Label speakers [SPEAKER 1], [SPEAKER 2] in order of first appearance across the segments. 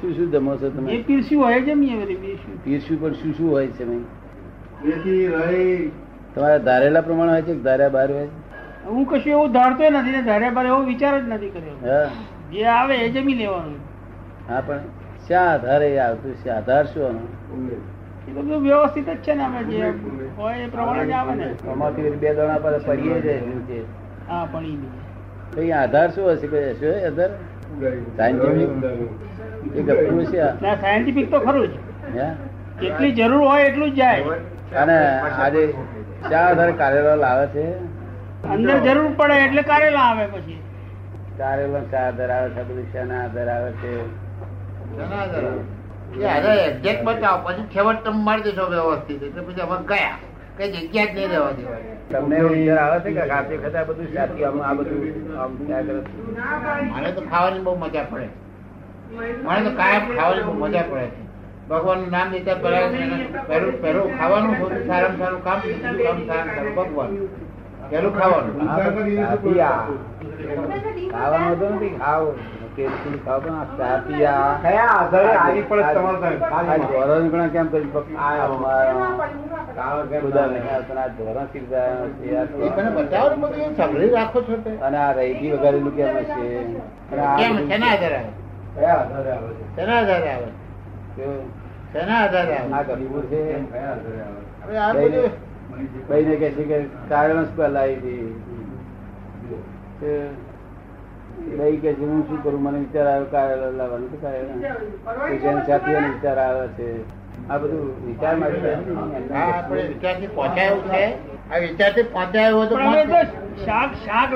[SPEAKER 1] શું શું જમો છો
[SPEAKER 2] એ
[SPEAKER 1] તમે
[SPEAKER 2] પીરસ્યું હોય જમીએ બધી
[SPEAKER 1] પીરસ્યું
[SPEAKER 2] પીરસ્યું
[SPEAKER 1] પણ શું શું હોય છે એમાં?
[SPEAKER 3] મેથી રાઈ
[SPEAKER 1] તમારા ધારેલા પ્રમાણે હોય છે કે ધાર્યા બહાર હોય
[SPEAKER 2] હું કશું એવું ધારતો નથી ને ધાર્યા બાર એવો વિચાર જ નથી કર્યો
[SPEAKER 1] છે હા
[SPEAKER 2] જે આવે એ જમી લેવાનું
[SPEAKER 1] હા પણ શા આધારે એ આવતું છે આધાર શું આનો
[SPEAKER 3] ઉમેર.
[SPEAKER 2] એ તો બધું વ્યવસ્થિત જ છે ને આપણે જે
[SPEAKER 3] પૂરે.
[SPEAKER 2] હોય એ પ્રમાણે જ આવે ને
[SPEAKER 1] આમાંથી વળી બે દાણા પર પડીએ જાય છે નીચે.
[SPEAKER 2] હા પણ ઈ નહીં.
[SPEAKER 1] તો એ આધાર શું હશે કોઈ હશે આધાર Scientific? એ ગપ્પુ છે આ.
[SPEAKER 2] ના સાયન્ટિફિક તો ખરું જ
[SPEAKER 1] હે?
[SPEAKER 2] જેટલી જરૂર હોય એટલું જ જાય
[SPEAKER 1] અને આજે શા આધારે કારેલો લાવે છે
[SPEAKER 2] અંદર જરૂર પડે એટલે કારેલા આવે પછી
[SPEAKER 1] કારેલો શા આધાર આવે છે બધું શાના આધાર આવે છે
[SPEAKER 4] એક્ઝેક્ટ બતાવો પછી છેવટ તમે મારી દેશો વ્યવસ્થિત એટલે પછી અમે ગયા કઈ જગ્યા જ નહીં રહેવા દેવાની
[SPEAKER 1] તમને એવો વિચાર આવે છે કે ખાતે ખતા બધું સાચું આમ આ બધું આમ ક્યાં કરે છે?
[SPEAKER 4] મને તો ખાવાની બહુ મજા પડે મને તો કાયમ ખાવાની બહુ મજા પડે છે ભગવાનનું નામ લેતા પહેલા પહેલું પહેલું ખાવાનું સૌથી સારામાં સારું કામ બીજું કામ સારામાં સારું ભગવાન પહેલું ખાવાનું
[SPEAKER 1] આ બધું ચા પીયા. ખાવાનું હતું નથી ખાવ ટેસ્ટી ખાવ પણ આ ચા પીયા.
[SPEAKER 3] કયા આધારે આવી પડે તમારે ત્યાં?
[SPEAKER 1] આ
[SPEAKER 3] ખાલીમાં.
[SPEAKER 1] ધોરણ ગણા કેમ કરી પક- આ અમારા
[SPEAKER 3] કારણ કે
[SPEAKER 1] ખુદા નહીં આવતા. આ ધોરણ શીખતા નથી. આ
[SPEAKER 4] એ મને
[SPEAKER 1] ધોરણ-
[SPEAKER 4] બતાવો ને બધું એ સાંભળી રાખો છો તે
[SPEAKER 1] અને આ રૈથી વગાડેલું કેમ હશે અને આ
[SPEAKER 4] કેમ
[SPEAKER 1] બધું-
[SPEAKER 4] શેના આધારે આવે
[SPEAKER 3] કયા આધારે આવે છે?
[SPEAKER 4] શેના આધારે આવે
[SPEAKER 1] કેવું?
[SPEAKER 4] શેના આધારે
[SPEAKER 1] આ
[SPEAKER 4] આવે
[SPEAKER 1] ગપ્પુ છે
[SPEAKER 3] કેમ કયા આધારે આવે છે?
[SPEAKER 4] હવે આ બધું
[SPEAKER 1] ભાઈને કહે છે કે કારણ સ્પેલ આવી હતી કે ભાઈ કહે છે હું શું કરું મને વિચાર આવ્યો કારેલો લાવવાનો તો કારેલો. કે જેમ છાતીઓને વિચાર આવે છે આ બધું વિચાર માટે
[SPEAKER 4] આ આપણે વિચારથી પહોંચાયું છે આ વિચારથી પહોંચાયું હોય તો
[SPEAKER 2] પણ હવે તો
[SPEAKER 4] પહોંચ-
[SPEAKER 2] શાક શાક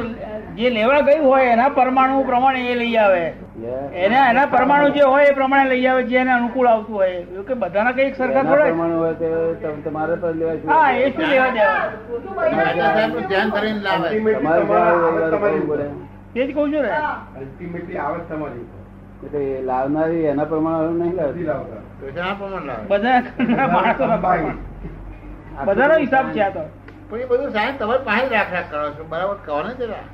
[SPEAKER 2] જે લેવા ગયું હોય એના પરમાણુ પ્રમાણે એ લઈ આવે
[SPEAKER 1] Yeah.
[SPEAKER 2] એના એના પરમાણુ જે હોય એ પ્રમાણે લઈ આવે જે એને અનુકૂળ આવતું હોય એવું કે બધાના કઈ એક સરખા
[SPEAKER 1] એના
[SPEAKER 2] થોડા
[SPEAKER 1] પ્રમાણે હોય તો તમ- તમારે પણ લેવા જોઈએ.
[SPEAKER 2] હા એ શું લેવા દેવા
[SPEAKER 4] રાજા સાહેબનું ધ્યાન કરીને લાવે
[SPEAKER 3] Ultimately
[SPEAKER 1] તમારે
[SPEAKER 3] તમારા
[SPEAKER 1] ત્યાં વ્યવહાર
[SPEAKER 3] આવડત તમારી
[SPEAKER 1] કરવો પડે.
[SPEAKER 2] તે જ કહું છું ને
[SPEAKER 3] Ultimately આવડત તમારી
[SPEAKER 1] એટલે એ લાવનારી એના પ્રમાણે નહીં લાવતી
[SPEAKER 3] નથી લાવતા.
[SPEAKER 4] યોજના પ્રમાણે લાવે
[SPEAKER 2] બધા માણસોના પ્રમાણે. બધાનો હિસાબ છે આ તો
[SPEAKER 4] પણ એ બધું સાહેબ તમારી પાસે જ રાખ રાખ કરો છો બરાબર કહો ને જરા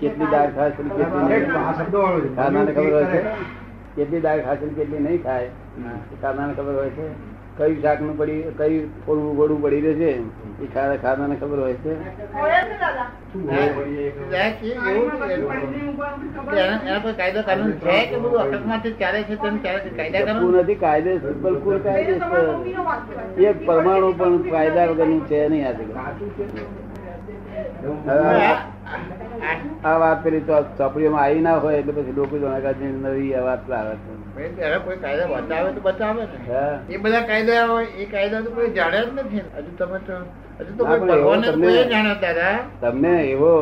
[SPEAKER 1] કેટલી દાળ ખાય છે ને કેટલી નહીં
[SPEAKER 3] Direct આ
[SPEAKER 1] ખાય.
[SPEAKER 3] શબ્દો વાળું છે.
[SPEAKER 1] ખાનાને ખબર હોય છે
[SPEAKER 3] કરે.
[SPEAKER 1] કેટલી દાળ ખાય છે ને કેટલી નહીં ખાય એ ખાનાને ખબર હોય છે કયું શાક નું પડી કયું થોડું ગોળું પડી રહે છે એ ખા- ખાનાને ખબર હોય છે
[SPEAKER 3] શું હોય વળી એક?
[SPEAKER 4] સાહેબ, એ એવું છે કે એના એના પર કાયદો કાનૂન છે કે બધું અકસ્માતથી ચાલે છે તેમ ચાલે છે કાયદા
[SPEAKER 1] જપ્પું
[SPEAKER 4] કાનૂન
[SPEAKER 1] નથી કાયદેસર બિલકુલ કાયદેસર એક પરમાણુ પણ કાયદા વગરનું છે નહીં આ જગત.
[SPEAKER 3] સાચું છે ને?
[SPEAKER 4] હવે આ-
[SPEAKER 1] હવે
[SPEAKER 4] આ-
[SPEAKER 1] આ વાત પેલી ચો- ચોપડીઓમાં આવી ના હોય એટલે પછી લોકો જાણે કે આજની નવી આ વાત લાવે છે
[SPEAKER 4] ભાઈ, એના કોઈ કાયદા બતાવે તો બતાવે ને
[SPEAKER 1] હા.
[SPEAKER 4] એ બધા કાયદા હોય એ કાયદા તો કોઈ જાણ્યા જ નથી હજુ તમે તો હજુ તો
[SPEAKER 1] ના,
[SPEAKER 4] કોઈ
[SPEAKER 1] પણ એવો
[SPEAKER 4] ભગવાનને
[SPEAKER 1] તમને-
[SPEAKER 4] કોઈ જાણ્યા દાદા
[SPEAKER 1] તમને એવો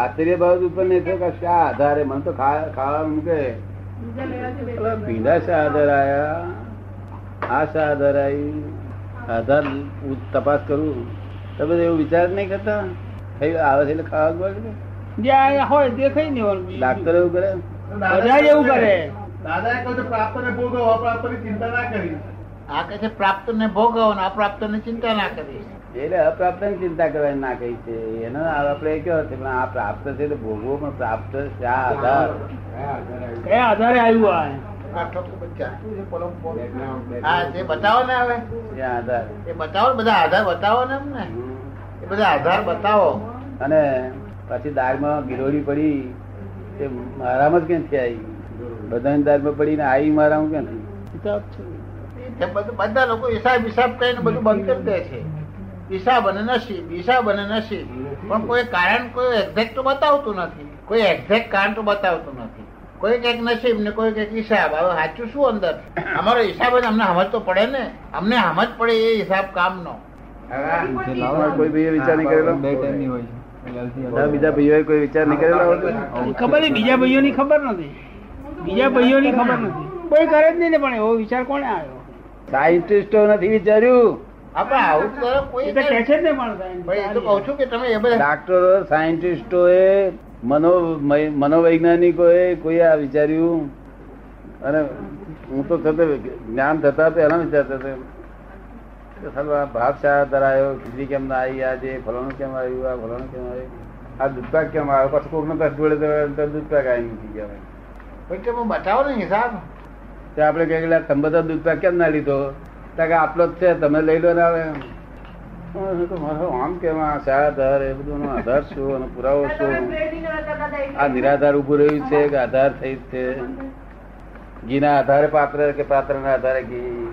[SPEAKER 1] આશ્ચર્ય ભાવ ઉત્પન્ન થયો કે શા આધારે મને તો ખા- ખાવાનું મૂકે પેલા પીલા શા આધાર આયા આ શા આધાર આવી આધાર હું તપાસ કરું તમે એવો વિચાર જ નહીં કરતા ખાઈ આવે છે એટલે ખાવા જ પડે
[SPEAKER 2] જે આ હોય તે ખાઈ લેવાનું
[SPEAKER 1] ને? ડાક્ટર એવું કરે
[SPEAKER 2] બધા જ એવું કરે
[SPEAKER 3] દાદાએ કહ્યું છે, પ્રાપ્તને ભોગવો, અપ્રાપ્તની ચિંતા ના કરી
[SPEAKER 4] આ કહે છે પ્રાપ્ત ને ભોગવો ને અપ્રાપ્ત ને ચિંતા ના કરી
[SPEAKER 1] એટલે અપ્રાપ્ત ચિંતા કરવાની ના કહી છે એનો આપણે કયો છે પણ આ પ્રાપ્ત છે એટલે ભોગવો પણ પ્રાપ્ત શા આધાર
[SPEAKER 3] કયા આધારે આવ્યું?
[SPEAKER 2] કયા આધારે આવ્યું આ
[SPEAKER 4] આ ઠોકર બચ્ચા. શું છે પોલો પોલો?
[SPEAKER 3] Background,
[SPEAKER 4] હા
[SPEAKER 3] background.
[SPEAKER 4] તે બતાવો ને હવે
[SPEAKER 1] શા આધાર
[SPEAKER 4] એ બતાવો ને બધા આધાર બતાવો ને અમને
[SPEAKER 1] હમ.
[SPEAKER 4] એ બધા આધાર બતાવો
[SPEAKER 1] અને પછી દાળમાં ગિરોડી પડી તે મારામાં જ ક્યાંથી આવી બધાની દાળમાં પડીને આવી મારામાં ક્યાંથી
[SPEAKER 2] કિતાબ છે
[SPEAKER 4] તે બધું- બધા લોકો હિસાબ હિસાબ કરીને બધું બંધ કરી દે છે હિસાબ અને નસીબ હિસાબ અને નસીબ પણ કોઈ કારણ કોઈ એક્ઝેક્ટ તો બતાવતું નથી કોઈ એક્ઝેક્ટ કારણ તો બતાવતું નથી કોઈ કઈક નસીબ ને કોઈ કઈક હિસાબ હવે સાચું શું અંદર અમારો હિસાબ જ અમને સમજ તો પડે ને અમને સમજ પડે એ હિસાબ કામનો
[SPEAKER 1] તમારા કોઈ ભાઈએ વિચાર નહીં કરેલો
[SPEAKER 5] બે ટાઈમની હોય છે
[SPEAKER 1] બધા બીજા ભાઈઓએ કોઈ વિચાર નહીં કરેલો હોય?
[SPEAKER 2] એ ખબર નહીં બીજા ભાઈઓની ખબર નથી બીજા ભાઈઓની ખબર નથી કોઈ કરે જ નહીં ને પણ એવો વિચાર કોને આવ્યો
[SPEAKER 1] સાયન્ટિસ્ટો નથી વિચાર્યું
[SPEAKER 4] આપણે આવું તો કોઈ
[SPEAKER 2] એ તો કહે છે જ ને પણ
[SPEAKER 4] ભાઈ, એ તો કહું છું કે તમે એ બધા
[SPEAKER 1] ડાક્ટરો સાયન્ટિસ્ટોએ મનો મય- મનોવૈજ્ઞાનિકોએ કોઈ આ વિચાર્યું અને હું તો છતાં જ્ઞાન થતા પહેલા વિચારતો હતો કે સાલું આ ભાવ શા ધરાયો ખીચડી કેમ ના આવી આ જે ફલાણું કેમ આવ્યું આ ફલાણું કેમ આવ્યું આ દૂધપાક કેમ આવ્યો પછી કોકનો કસ જોડે તો દૂધપાક આવી નથી કહેવાય
[SPEAKER 4] પણ કે હું બતાવો ને હિસાબ
[SPEAKER 1] તે આપણે કહીએ કે લા, તમે બધા દૂધપાક કેમ ના લીધો તો કે આટલો જ છે તમે લઈ લો ને હવે હું તો મારો આમ કેમ આ શા આધાર એ બધું એનો આધાર શું એનો પુરાવો શું આ નિરાધાર ઉભું રહ્યું છે કે આધાર થઈ જ છે ઘીના આધારે પાત્ર કે પાત્રના આધારે ઘી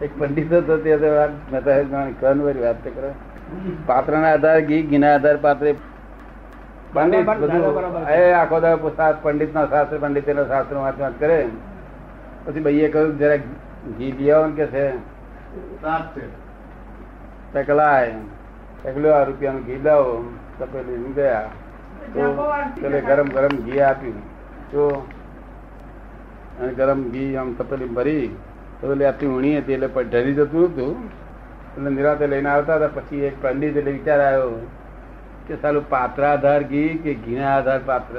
[SPEAKER 1] એક પંડિત હતો તે તો વાત મહેતા જાણે કનવારી વાત તો કરે પાત્રના આધારે ઘી ઘીના આધારે પાત્રે પંડિત
[SPEAKER 2] બરાબર,
[SPEAKER 1] બધું
[SPEAKER 2] બરાબર.
[SPEAKER 1] એ આખો દાડો શાસ્ત્ર પંડિત ના શાસ્ત્ર પંડિત ના શાસ્ત્ર વાંચ વાંચ કરે પછી ભાઈએ કહ્યું જરા ઘી પી આવો ને કે છે
[SPEAKER 3] સાત છે
[SPEAKER 1] તે કલાય એકલો આ રૂપિયાનું ઘી લાવો તપેલી ગયા તો પેલે ગરમ ગરમ ઘી આપ્યું તો અને ગરમ ઘી આમ તપેલી ભરી તો એટલે આટલી ઊણી હતી એટલે પણ ઢળી જતું હતું એટલે નિરાતે લઈને આવતા હતા પછી એક પંડિત એટલે વિચાર આવ્યો કે સાલું પાત્ર આધાર ઘી કે ઘીના આધાર પાત્ર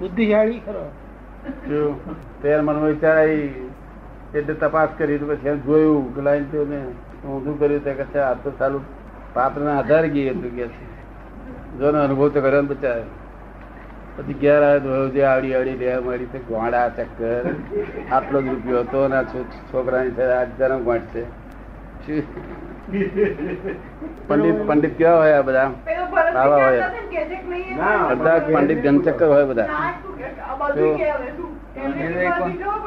[SPEAKER 2] બુદ્ધિશાળી ખરો
[SPEAKER 1] શું? ત્યારે મનમાં વિચાર આવી એટલે તપાસ કરી તો પછી એમ જોયું કે લાઈન તો ને ઊંધું કર્યું તો કે છે આ તો સાલું પાત્રના આધાર ઘી હતું કે છે જોનો અનુભવ તો કર્યો ને બચાર પછી ઘેર આવે તો જે આવડી આવડી લેવા મળી તે ગોળા ચક્કર આટલો જ રૂપિયો હતો ને આ છો- છોકરાની સાથે આ ગરમ ગોંઠ છે શું? પંડિત પંડિત કેવા હોય આ બધા આવા હોય અડધા પંડિત ઘનચક્કર હોય બધા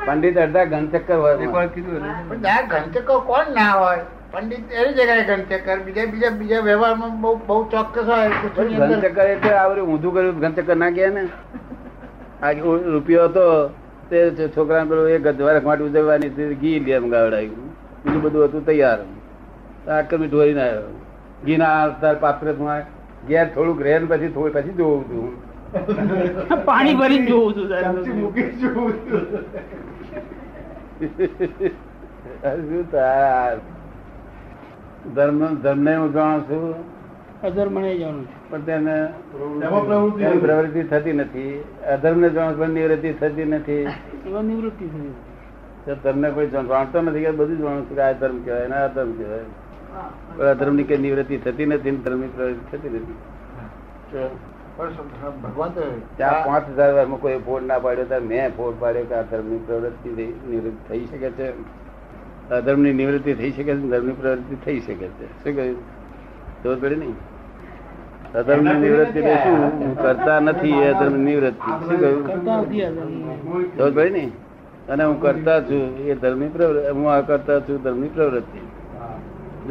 [SPEAKER 1] પંડિત અડધા ઘનચક્કર હોય બધા.
[SPEAKER 4] પણ આ ઘંટકો કોણ ના હોય પંડિત એવી જગ્યાએ ઘંટકર બીજા બીજા બીજા વ્યવહારમાં બહુ બહુ ચોક્કસ હોય પૂછોની અંદર.
[SPEAKER 1] ઘનચક્કર એટલે આ બધું ઊંધું કર્યું ઘનચક્કર ના ગયા ને આ જે ઉ- રૂપિયો હતો તે છ- છોકરાને પેલું એ ગધવારે માટે ઉજવવાની હતી, ઘી લેમ ગાવડાવ્યું બીજું બધું હતું તૈયાર આકમી ઢોરીને આવ્યો ઘીના આવતાર પાત્ર માં ઘેર થોડુંક રહે ને પછી થોડું પછી જોવું હતું
[SPEAKER 2] પાણી ભરી જોઉં છું
[SPEAKER 3] ચમચી
[SPEAKER 2] સાહેબ.
[SPEAKER 3] મૂકી છું
[SPEAKER 1] આ શું તાર ધર્મ ધર્મને હું જાણું છું
[SPEAKER 2] અધર્મને જાણું છું.
[SPEAKER 1] પણ તેને
[SPEAKER 3] એમાં પ્રવૃત્તિ
[SPEAKER 1] તેની પ્રવૃત્તિ થતી નથી અધર્મને જાણું છું પણ નિવૃત્તિ થતી નથી
[SPEAKER 2] એમાં નિવૃત્તિ થઈ
[SPEAKER 1] તો તમને કોઈ જાણ- જાણતો નથી કે બધું જાણું છું કે આ ધર્મ કહેવાય ને આ ધર્મ કહેવાય પણ અધર્મની કઈ નિવૃત્તિ થતી નથી ને ધર્મની પ્રવૃત્તિ થતી નથી તો
[SPEAKER 4] પણ શું- ભગવાન તો
[SPEAKER 1] ત્યાં પાંચ હજાર વર્ષમાં કોઈ ફોડ ના પાડ્યો ત્યારે મેં ફોડ પાડ્યો કે આ ધર્મની પ્રવૃત્તિ થઈ- નિવૃત્તિ થઈ શકે છે અધર્મની નિવૃત્તિ થઈ શકે છે ધર્મની પ્રવૃત્તિ થઈ શકે છે શું કહ્યું ખબર પડી નહીં અધર્મની નિવૃત્તિ એટલે શું હું કરતા નથી એ અધર્મની નિવૃત્તિ શું કહ્યું
[SPEAKER 2] કરતા નથી અધર્મને.
[SPEAKER 1] ખબર પડી ને અને હું કરતા છું એ ધર્મની પ્રવૃત્તિ હું આ કરતા છું ધર્મની પ્રવૃત્તિ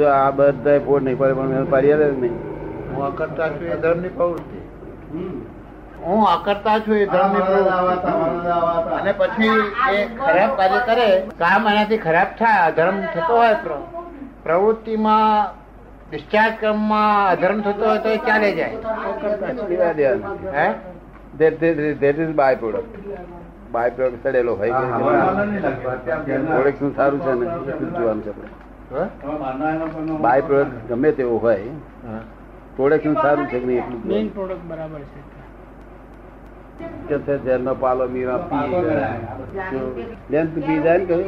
[SPEAKER 1] જો આ બધા ફોડ નહીં પડે પણ મેં પાડી આવે નહીં
[SPEAKER 4] હું અકર્તા છું એ ધર્મની પ્રવૃત્તિ હું અકર્તા છું એ ધર્મની પ્રવૃત્તિ અને પછી એ ખરાબ કાર્ય કરે કામ એનાથી ખરાબ થાય અધર્મ થતો હોય પ્ર- પ્રવૃત્તિમાં ડિસ્ચાર્જ ક્રમમાં અધર્મ થતો હોય તો એ ચાલે જાય
[SPEAKER 1] લેવા દેવાનું.
[SPEAKER 4] હે
[SPEAKER 1] That- that- that is byproduct. Byproduct સડેલો હોય કે Production સારું છે ને શું જોવાનું છે આપણે?
[SPEAKER 4] હ?
[SPEAKER 1] Byproduct ગમે તેવો હોય
[SPEAKER 4] હા.
[SPEAKER 1] પ્રોડક્શન સારું છે કે નહીં એટલું
[SPEAKER 2] મેઇન
[SPEAKER 1] જોવાનું.
[SPEAKER 2] પ્રોડક્ટ બરાબર છે
[SPEAKER 1] કે છે ઝેરનો પાલો મીરા પી જેમ તું પી જાય ને કહ્યું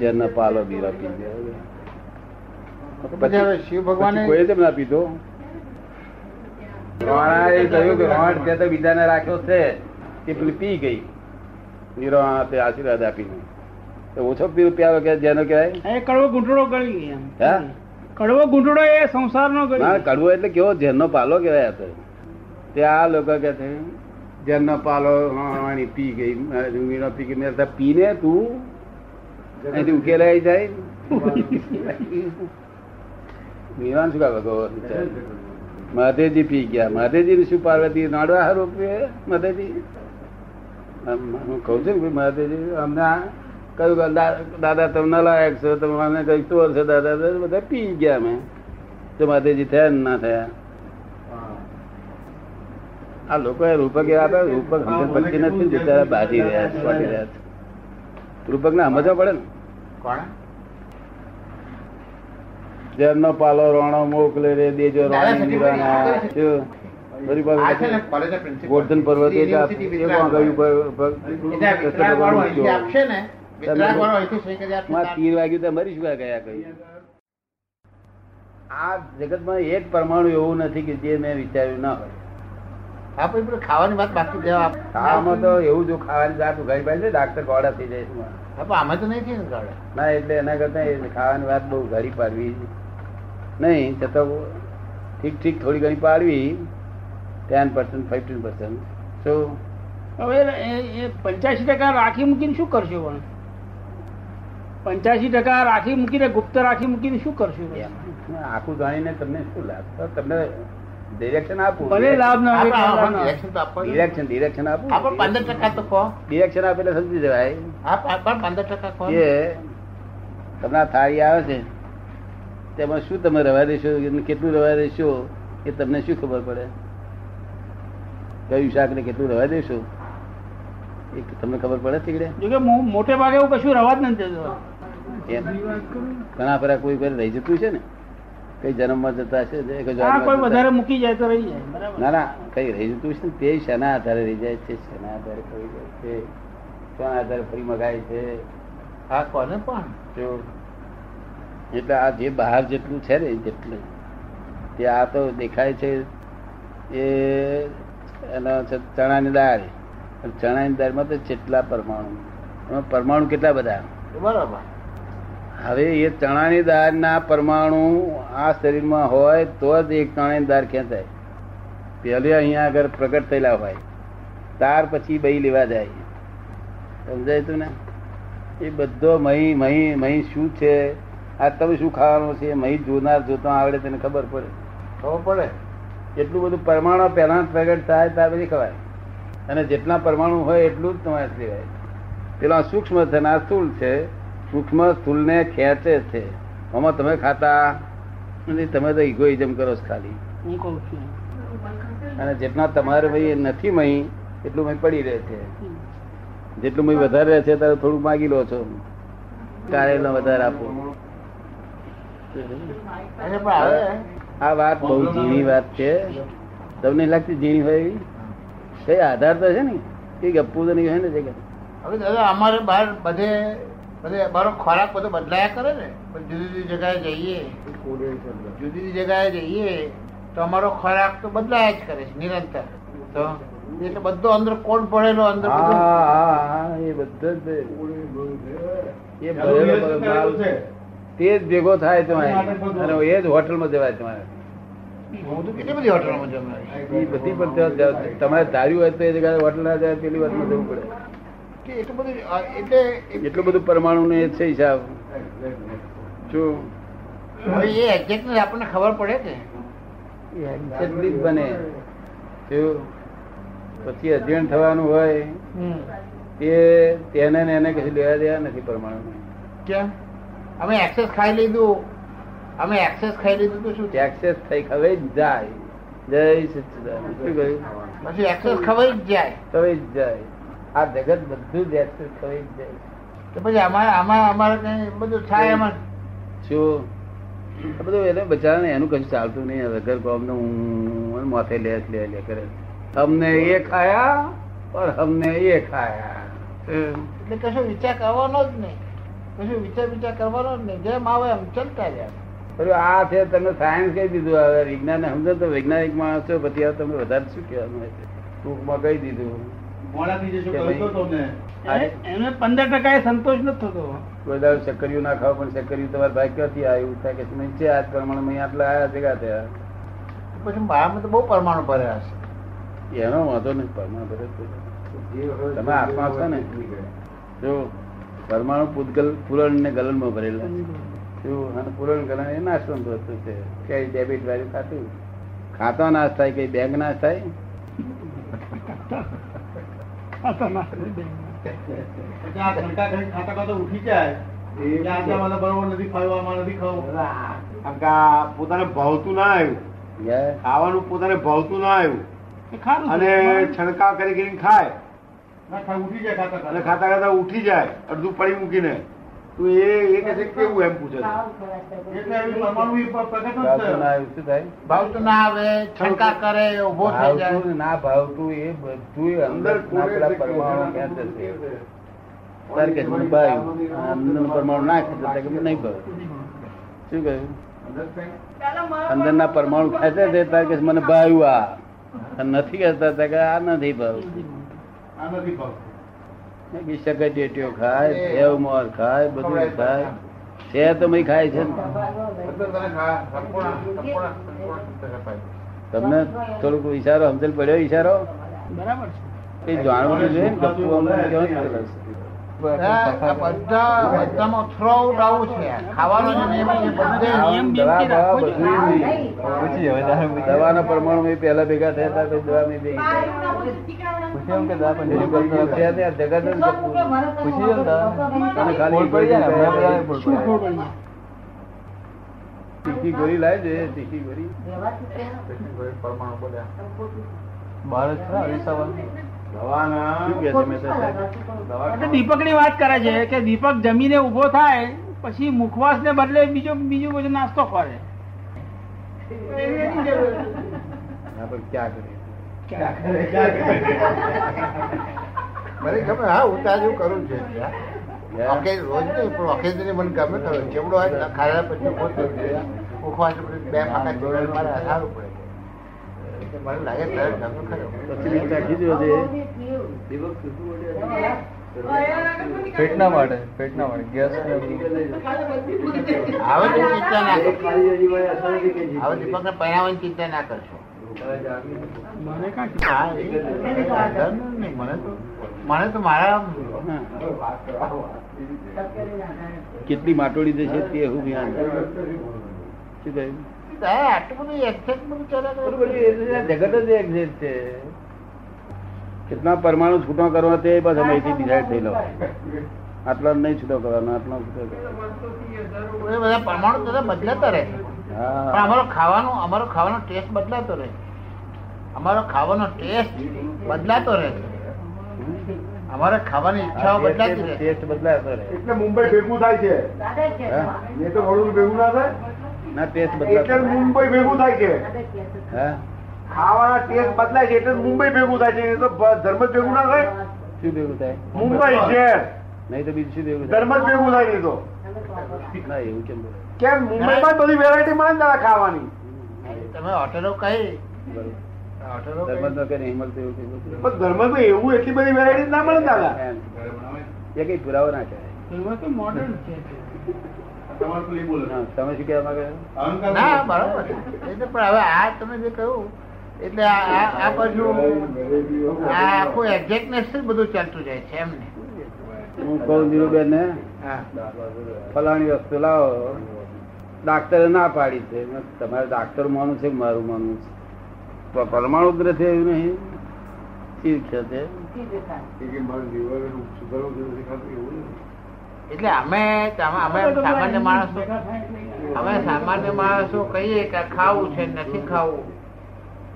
[SPEAKER 1] ઝેરનો પાલો મીરા પી જાય
[SPEAKER 4] તો પછી હવે શિવ ભગવાને
[SPEAKER 1] પછી કોઈએ કેમ ના પીધો રોણાએ કહ્યું કે રોણ તે તો બીજાને રાખ્યો છે એ પેલી પી ગઈ નિરોણા તે આશીર્વાદ આપીને તો ઓછો પી પ્યારો કે જેનો કહેવાય
[SPEAKER 2] એ કડવો ગુંટડો ગળી ગઈ એમ
[SPEAKER 1] હે?
[SPEAKER 2] કડવો ગુંટડો એ સંસારનો ગળી
[SPEAKER 1] ના કડવો એટલે કેવો ઝેરનો પાલો કહેવાય આ તો તે આ લોકો કે છે ઝેરનો પાલો રોણાણી પી ગઈ મીણો પી ગઈ મેં કીધું, પીને તું અહીંથી ઉકેલાઈ જાય મીરાન શું કામ ભગવાન વિચાર? મહાદેવજી પી ગયા મહાદેવજી શું પાર્વતી નાડવા હારું પીએ મહાદેવજી આમ હું કહું છું ને કે મહાદેવજી અમને આ કહ્યું કે દા- દાદા તમે નલાયક છો તમે મને કઈ ચોર છો દાદા તો બધા પી ગયા અમે તો મહાદેવજી થયા ને ના થયા આ લોકોએ રૂપક એ આપે રૂપક સમજણ પડતી નથી ને બિચારા બાજી રહ્યા છે બાજી રહ્યા છે રૂપક ને સમજવા પડે ને
[SPEAKER 4] કોણ
[SPEAKER 1] જેમનો પાલો રોણો મોકલે રે દેજો
[SPEAKER 4] દાદા
[SPEAKER 1] રોણી
[SPEAKER 4] સતી
[SPEAKER 1] નિરાણા.
[SPEAKER 4] પટેલ.
[SPEAKER 1] શું? ફરી
[SPEAKER 4] આ છે ને
[SPEAKER 1] પાછું
[SPEAKER 4] કોલેજના principal.
[SPEAKER 1] ગોર્ધન પર્વત એ જ આપ-
[SPEAKER 4] University
[SPEAKER 1] એ કોણ
[SPEAKER 4] વિતરાગ
[SPEAKER 1] ગયું
[SPEAKER 4] વાળો.
[SPEAKER 1] પર- પર-
[SPEAKER 4] એટલે આ વિતરાગ વાળો અહીંથી આપશે ને
[SPEAKER 1] તમે-
[SPEAKER 4] વિતરાગ વાળો અહીંથી સ્વીકારી આપશે.
[SPEAKER 1] માં તીર વાગ્યું તો મરી શું ગયા કઈ આ જગતમાં એક પરમાણુ એવું નથી કે જે મેં વિચાર્યું ના હોય
[SPEAKER 4] આપણે પેલું ખાવાની વાત બાકી દેવા
[SPEAKER 1] ખાવામાં તો એવું જો ખાવાની જાત ઉઘાડી પાડી છે ડાક્ટર ગોળા થઈ જાય છે.
[SPEAKER 4] આમાં તો નહીં થયું ને ગાળે.
[SPEAKER 1] ના એટલે એના કરતા એ ખાવાની વાત બહુ ઘડી પાડવી નહીં છતાં બહુ ઠીક ઠીક થોડી ઘણી પાડવી ટેન પર્સન્ટ ફિફ્ટીન પર્સન્ટ તો
[SPEAKER 2] હવે એ- એ પંચ્યાસી ટકા રાખી મૂકીને શું કરશો પણ પંચ્યાસી ટકા રાખી મૂકીને ગુપ્ત રાખી મૂકીને શું કરશો
[SPEAKER 1] આખું જાણીને તમને શું લાભ તો તમને ડિરેક્શન આપું
[SPEAKER 2] ભલે લાભ ના
[SPEAKER 4] આપણે
[SPEAKER 2] હોય કે લાભ
[SPEAKER 4] આમાં
[SPEAKER 2] ના હોય.
[SPEAKER 4] election તો આપવાનું.
[SPEAKER 1] ડિરેક્શન ડિરેક્શન આપું
[SPEAKER 4] આપણે પંદર ટકા તો કહો
[SPEAKER 1] ડિરેક્શન આપે એટલે સમજી જવાય
[SPEAKER 4] હા પણ- પણ પંદર ટકા કહો
[SPEAKER 1] કે તમને આ થાળી આવે છે તેમાં શું તમે રવા દેશો અને કેટલું રવા દેશો એ તમને શું ખબર પડે કયું શાક ને કેટલું રવા દેશો એ તમને ખબર પડે તીકડે
[SPEAKER 2] જોકે મો- મોટે ભાગે એવું કશું રવા જ નથી દેતો
[SPEAKER 1] એમ ઘણા ફરા કોઈ ઘરે રહી જતું છે ને કઈ જન્મમાં જતા હશે જે કઈ
[SPEAKER 2] હા કોઈ
[SPEAKER 1] જન્મમાં
[SPEAKER 2] વધારે
[SPEAKER 1] જતા-
[SPEAKER 2] મૂકી જાય તો રહી જાય બરાબર
[SPEAKER 1] ના ના કઈ રહી જતું છે ને તે શેના આધારે રહી જાય છે શેના આધારે ફરી જાય છે શેના આધારે ફરી મગાય છે
[SPEAKER 4] હા કોને પણ
[SPEAKER 1] જો એટલે આ જે બહાર જેટલું છે ને જેટલું તે આ તો દેખાય છે એ એના છે ચણાની દાળ પણ ચણાની દાળમાં તો જેટલા પરમાણુ એમાં પરમાણુ કેટલા બધા
[SPEAKER 4] એ બરાબર
[SPEAKER 1] હવે એ ચણાની દાળના પરમાણુ આ શરીરમાં હોય તો જ એ ચણાની દાળ ખેંચાય પહેલે અહીંયા આગળ પ્રગટ થયેલા હોય ત્યાર પછી બહી લેવા જાય સમજાય તું ને એ બધો મહી મહી મહી શું છે આ તમે શું ખાવાનું છે એ મહી જોનાર જોતો આવડે તેને ખબર પડે
[SPEAKER 4] ખબર પડે
[SPEAKER 1] એટલું બધું પરમાણુ પહેલા જ પ્રગટ થાય ત્યાર પછી ખવાય અને જેટલા પરમાણુ હોય એટલું જ તમારે લેવાય પેલા સૂક્ષ્મ છે ને આ સ્થૂલ છે સૂક્ષ્મ સ્થૂલને ખેંચે છે આમાં તમે ખાતા નથી. તમે તો ઇગોઇઝમ કરો છો ખાલી
[SPEAKER 2] હું કહું છું
[SPEAKER 1] અને જેટલા તમારે ભાઈ એ નથી મહી એટલું મહી પડી રહે છે જેટલું મહી વધારે રહે છે ત્યારે થોડું માગી લો છો કારેલા વધારે આપો
[SPEAKER 4] એટલે પણ હવે
[SPEAKER 1] આ વાત બહુ ઝીણી વાત છે તમને નહીં લાગતી ઝીણી હોય એવી કઈ આધાર તો છે ને કઈ ગપ્પુ તો નહીં હોય ને જગ્યા
[SPEAKER 4] હવે દાદા અમારે બહાર બધે બધે અમારો ખોરાક બધો બદલાયા કરે ને પણ જુદી જુદી જગ્યાએ જઈએ જુદી જુદી જગ્યાએ જઈએ તો અમારો ખોરાક તો બદલાયા જ કરે છે નિરંતર તો એટલે બધો અંદર કોટ ભરેલો અંદર
[SPEAKER 1] હા
[SPEAKER 4] બધું
[SPEAKER 1] હા હા એ બધો જ એ ભરેલો બધો માલ તે જ ભેગો થાય તમારે અને એ જ હોટલમાં જવાય તમારે
[SPEAKER 4] હું તો કેટલી બધી હોટલમાં જમે આવી.
[SPEAKER 1] એ બધી પણ ત્યાં જ- તમારે ધાર્યું હોય તો એ જગ્યાએ હોટલ ના જાય પેલી વાતમાં જવું પડે
[SPEAKER 4] કે એટલું બધું અ, એટલે એ-
[SPEAKER 1] એટલું બધું પરમાણુ ને એ છે હિસાબ શું
[SPEAKER 4] હવે એ એક્ઝેક્ટલી આપણને ખબર પડે કે
[SPEAKER 1] એટલી જ બને શું પછી અધ્યયન થવાનું હોય એ તેને ને એને કશું લેવા દેવા નથી પરમાણુ
[SPEAKER 4] કેમ અમે એક્સેસ ખાઈ લીધું અમે એક્સેસ ખાઈ લીધું તો શું થયું?
[SPEAKER 1] એક્સેસ થઈ ખવાઈ જ જાય જય સચ્ચિદાનંદ શું કહ્યું
[SPEAKER 4] પછી એક્સેસ ખવાઈ જ જાય
[SPEAKER 1] ખવાઈ જ જાય આ જગત બધું જ એક્સેસ ખવાઈ જ જાય
[SPEAKER 4] તો પછી અમારે આમાં અમારે કઈ બધું થાય એમાં
[SPEAKER 1] શું આ બધું એને બચારાને એનું કશું ચાલતું નહીં વગર કોમનું ઊં અને માથે લે લે લે કરે હમને એ ખાયા ઓર હમને એ ખાયા હમ.
[SPEAKER 4] એટલે કશો વિચાર કરવાનો જ નહીં કશું વિચાર વિચાર કરવાનો જ નહીં જેમ આવે એમ ચલતા રહ્યા
[SPEAKER 1] અરે આ છે તમને સાયન્સ કહી દીધું હવે વિજ્ઞાન સમજો તો વૈજ્ઞાનિક માણસ છો પછી હવે તમને વધારે શું કહેવાનું હોય છે ટૂંકમાં કહી દીધું
[SPEAKER 2] એને- એને પંદર ટકા એ સંતોષ નથી થતો
[SPEAKER 1] કોઈ દાડો શક્કરિયું ના ખાવ પણ શક્કરિયું તમારા ભાઈ ક્યાંથી આવ્યું થાય કે નહીં છે આજ પ્રમાણે અહીં આટલા આયા ભેગા થયા
[SPEAKER 4] પછી બારમાં તો બહુ પરમાણુ ભર્યા હશે
[SPEAKER 1] એનો વાંધો નહીં પરમાણુ બધો જ છે. તમે આત્મા છો ને જો પરમાણુ પૂતગલ પુરણ ને ગલનમાં ભરેલા છે. જો અને પુરણ ગલન એ નાશવંત વસ્તુ છે કઈ ડેબિટ વાળું ખાતું ખાતા નાશ થાય કઈ બેંક નાશ થાય
[SPEAKER 2] આ તમારું બેન.
[SPEAKER 3] પછી આ ધંધા કરીને ખાતા ખાતા ઉઠી જાય એટલે આટલા બધા બરોબર નથી ખાવા, આમાં નથી ખાવું. આમ કે આ પોતાને ભાવતું ના આવ્યું
[SPEAKER 1] યાર
[SPEAKER 3] ખાવાનું પોતાને ભાવતું ના આવ્યું
[SPEAKER 2] એ ખારું
[SPEAKER 3] અને
[SPEAKER 2] છે.
[SPEAKER 3] છણકા કરી કરીને ખાય અને ખાતા ખાતા ઉઠી જાય અડધું પડી મૂકીને તો એ એ કહે છે કેવું એમ પૂછે છે.
[SPEAKER 1] ભાવતું ના આવ્યું શું થાય
[SPEAKER 4] ભાવ તો ના આવે છંકા કરે ઉભો થઈ જાય
[SPEAKER 1] ભાવતું ના ભાવતું એ બધું અંદર આપણા પરમાણુ ખેંચે છે તારે કે મને ભાઈ, આ અંદરનું પરમાણુ ના ખેંચે તો કે મને નહીં ભાવે. શું કહ્યું અંદર ના પરમાણુ ખેંચે છે ત્યારે કે મને ભાવ્યું આ અને નથી ખેંચતા ત્યારે કે આ નથી ભાવ્યું
[SPEAKER 3] આ નથી ભાવ
[SPEAKER 1] બી સગટેટીઓ ખાય સેવ મોર ખાય બધું ખાય છે તો મય ખાય છે ને. તમને થોડુંક ઈશારો સમજણ પડ્યો ઈશારો
[SPEAKER 2] બરાબર છે
[SPEAKER 1] એ જાણવું તો જોઈએ ને ગપ્પુ અમને કેવું ચાલે છે?
[SPEAKER 4] આ બધા બધામાં થ્રો આઉટ આવું છે ખાવાનો જે નિયમ છે બધે નિયમ
[SPEAKER 2] નિયમ બેમ
[SPEAKER 1] દવા
[SPEAKER 2] કે રાખવો
[SPEAKER 1] બવા
[SPEAKER 2] જ
[SPEAKER 1] બધું
[SPEAKER 2] નહીં.
[SPEAKER 1] નહીં.
[SPEAKER 5] પૂછીએ હવે તારે પૂછીએ.
[SPEAKER 1] દવાના પરમાણુ એ પહેલા ભેગા થયા હતા પછી દવા મેં ભેગી કરી.
[SPEAKER 5] પૂછીએ એમ કે દવા પણ
[SPEAKER 1] બીજું
[SPEAKER 5] નહીં.
[SPEAKER 1] બધું છે ને આ જગત જ ગપ્પુ.
[SPEAKER 5] પૂછીએ એમ તારે.
[SPEAKER 1] તને ખાલી
[SPEAKER 5] ખોડ પડી જાય ને, હમણાં બધાને ખોડ
[SPEAKER 2] શું
[SPEAKER 5] પડી
[SPEAKER 2] ખોડ પડી
[SPEAKER 5] જાય.
[SPEAKER 2] જાય?
[SPEAKER 1] તીખી ગોળી લાવી દે તીખી ગોળી
[SPEAKER 5] બાર જ ખરા, અરીસા વાળા.
[SPEAKER 3] દવાના
[SPEAKER 1] શું કે છે મહેતા સાહેબ?
[SPEAKER 2] એટલે દીપકની વાત કરે છે કે દીપક જમીને ઉભો થાય પછી મુખવાસ ને બદલે બીજો બીજું બધું નાસ્તો કરે
[SPEAKER 1] હા, પણ ક્યાં કરે
[SPEAKER 4] મને ગમે હા હું તાજું કરું છું ઓકે રોજ નહીં પણ ઓકેઝને મને ગમે કરો જેવડો હોય ખાધા પછી હું કરું છું. ઉખવાસ પછી બે ફાંકા ચૂંટણી મારે સારું પડે એટલે મને લાગે તારે ગમે ખરો
[SPEAKER 1] પછી મેં ચાખી જોયો છે. દીપક શું
[SPEAKER 5] પેટના માટે પેટના માટે ગેસ ને બધું.
[SPEAKER 4] હવે તો ચિંતા ના
[SPEAKER 1] હવે
[SPEAKER 4] કરશો હવે દીપકને પહેરાવાની ચિંતા ના કરશો
[SPEAKER 2] મને કાંઈ
[SPEAKER 4] હા, એ મને તો મને તો મારા
[SPEAKER 1] કેટલી માટોડી જશે તે હું જ્ઞાન શું કહ્યું
[SPEAKER 4] હા, આટલું બધું exact બધું ચાલ્યા કરે.
[SPEAKER 1] જગત જ એક્ઝિસ્ટ છે કેટલા પરમાણુ છૂટો કરવા તે બસ અમે અહીંથી ડિસાઈડ થઈ લો આટલો નહીં છૂટો કરવાનો આટલો છૂટો કરવાનો.
[SPEAKER 4] એ બધા પરમાણુ બધા બદલાતા રહે છે. પણ
[SPEAKER 1] હા
[SPEAKER 4] અમારો ખાવાનો અમારો ખાવાનો ટેસ્ટ બદલાતો રહે છે. અમારો ખાવાનો ટેસ્ટ બદલાતો રહે છે. અમારે ખાવાની ઈચ્છાઓ બદલાતી રહે છે.
[SPEAKER 1] ટેસ્ટ બદલાતો રહે
[SPEAKER 3] એટલે મુંબઈ ભેગું થાય છે
[SPEAKER 1] હા?
[SPEAKER 3] એ તો વડોદરા ભેગું ના થાય
[SPEAKER 1] ના ટેસ્ટ
[SPEAKER 3] એટલે
[SPEAKER 1] બદલાતો
[SPEAKER 3] જ
[SPEAKER 1] રહે.
[SPEAKER 3] મુંબઈ ભેગું થાય છે
[SPEAKER 1] હા
[SPEAKER 3] ખાવાના ટેસ્ટ બદલાય છે એટલે જ મુંબઈ ભેગું થાય છે એ તો ભ- ધર્મ જ ભેગું ના થાય
[SPEAKER 1] શું ભેગું થાય
[SPEAKER 3] મુંબઈ શહેર
[SPEAKER 1] નહીં તો બીજું શું ભેગું થાય
[SPEAKER 3] ધર્મ જ ભેગું થાય છે એ તો
[SPEAKER 1] ના એવું કેમ બોલે?
[SPEAKER 3] કેમ મુંબઈમાં જ બધી વેરાયટી મળે ને તારા ખાવાની
[SPEAKER 4] તમે હોટેલો કઈ
[SPEAKER 1] બરોબર.
[SPEAKER 4] હોટેલો કઈ?
[SPEAKER 1] ધર્મ તો કે નહીં મળતું એવું કેમ બોલે?
[SPEAKER 3] પણ ધર્મ તો એવું એટલી બધી વેરાયટી ના મળે ને દાદા
[SPEAKER 1] એમ. એ કઈ પુરાવો ના કહેવાય
[SPEAKER 2] એમાં તો મોડર્ન છે
[SPEAKER 1] હા, તમે શું કહેવા માંગે છો?
[SPEAKER 4] ના બરોબર એટલે પણ હવે આ તમે જે કહ્યું એટલે આ આ- આ બાજુ આ આખું એક્ઝેક્ટનેસ જ બધું ચાલતું જાય છે એમને
[SPEAKER 1] હું કહું ધીરુબેન ને
[SPEAKER 4] હા
[SPEAKER 1] ફલાણી વસ્તુ લાવો ડાક્ટરે ના પાડી છે મેં કીધું, તમારે ડાક્ટર માનવું છે કે મારું માનવું છે તો પરમાણુ ઉગ્ર છે એવું નહીં ઠીક છે તે
[SPEAKER 4] એટલે અમે તમે- અમે સામાન્ય માણસો અમે સામાન્ય માણસો કહીએ કે આ ખાવું છે નથી ખાવું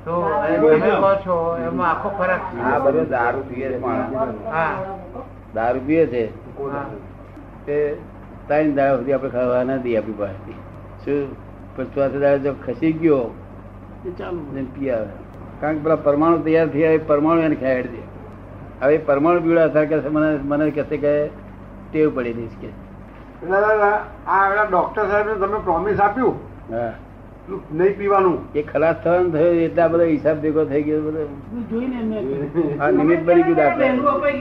[SPEAKER 4] તો એ તમે કહો છો એમાં આખો ફરક છે
[SPEAKER 1] આ બધો દારૂ પીએ છે માણસ
[SPEAKER 4] હા
[SPEAKER 1] દારૂ પીએ છે
[SPEAKER 4] હા.
[SPEAKER 1] તે ત્રણ દાડા સુધી આપણે ખાવા નથી આપણી પાસે શું પણ ચોથા દાડે જો ખસી ગયો
[SPEAKER 2] તે ચાલુ
[SPEAKER 1] ને પી આવે કારણ કે પેલા પરમાણુ તૈયાર થયા એ પરમાણુ એને ખેડ દે હવે એ પરમાણુ પીવડા થાય કે મને મને કહેશે કે ટેવ પડી દઈશ કે
[SPEAKER 3] એટલે દાદા આ આપણા ડોક્ટર સાહેબને તમે પ્રોમિસ આપ્યું
[SPEAKER 1] હા
[SPEAKER 3] નહીં પીવાનું
[SPEAKER 1] એ ખલાસ થવાનું થયું એટલા બધા હિસાબ ભેગો થઈ ગયો બધો
[SPEAKER 2] બધું જોઈને એમને
[SPEAKER 1] આ નિમિત્ત બની ગયું દાખલા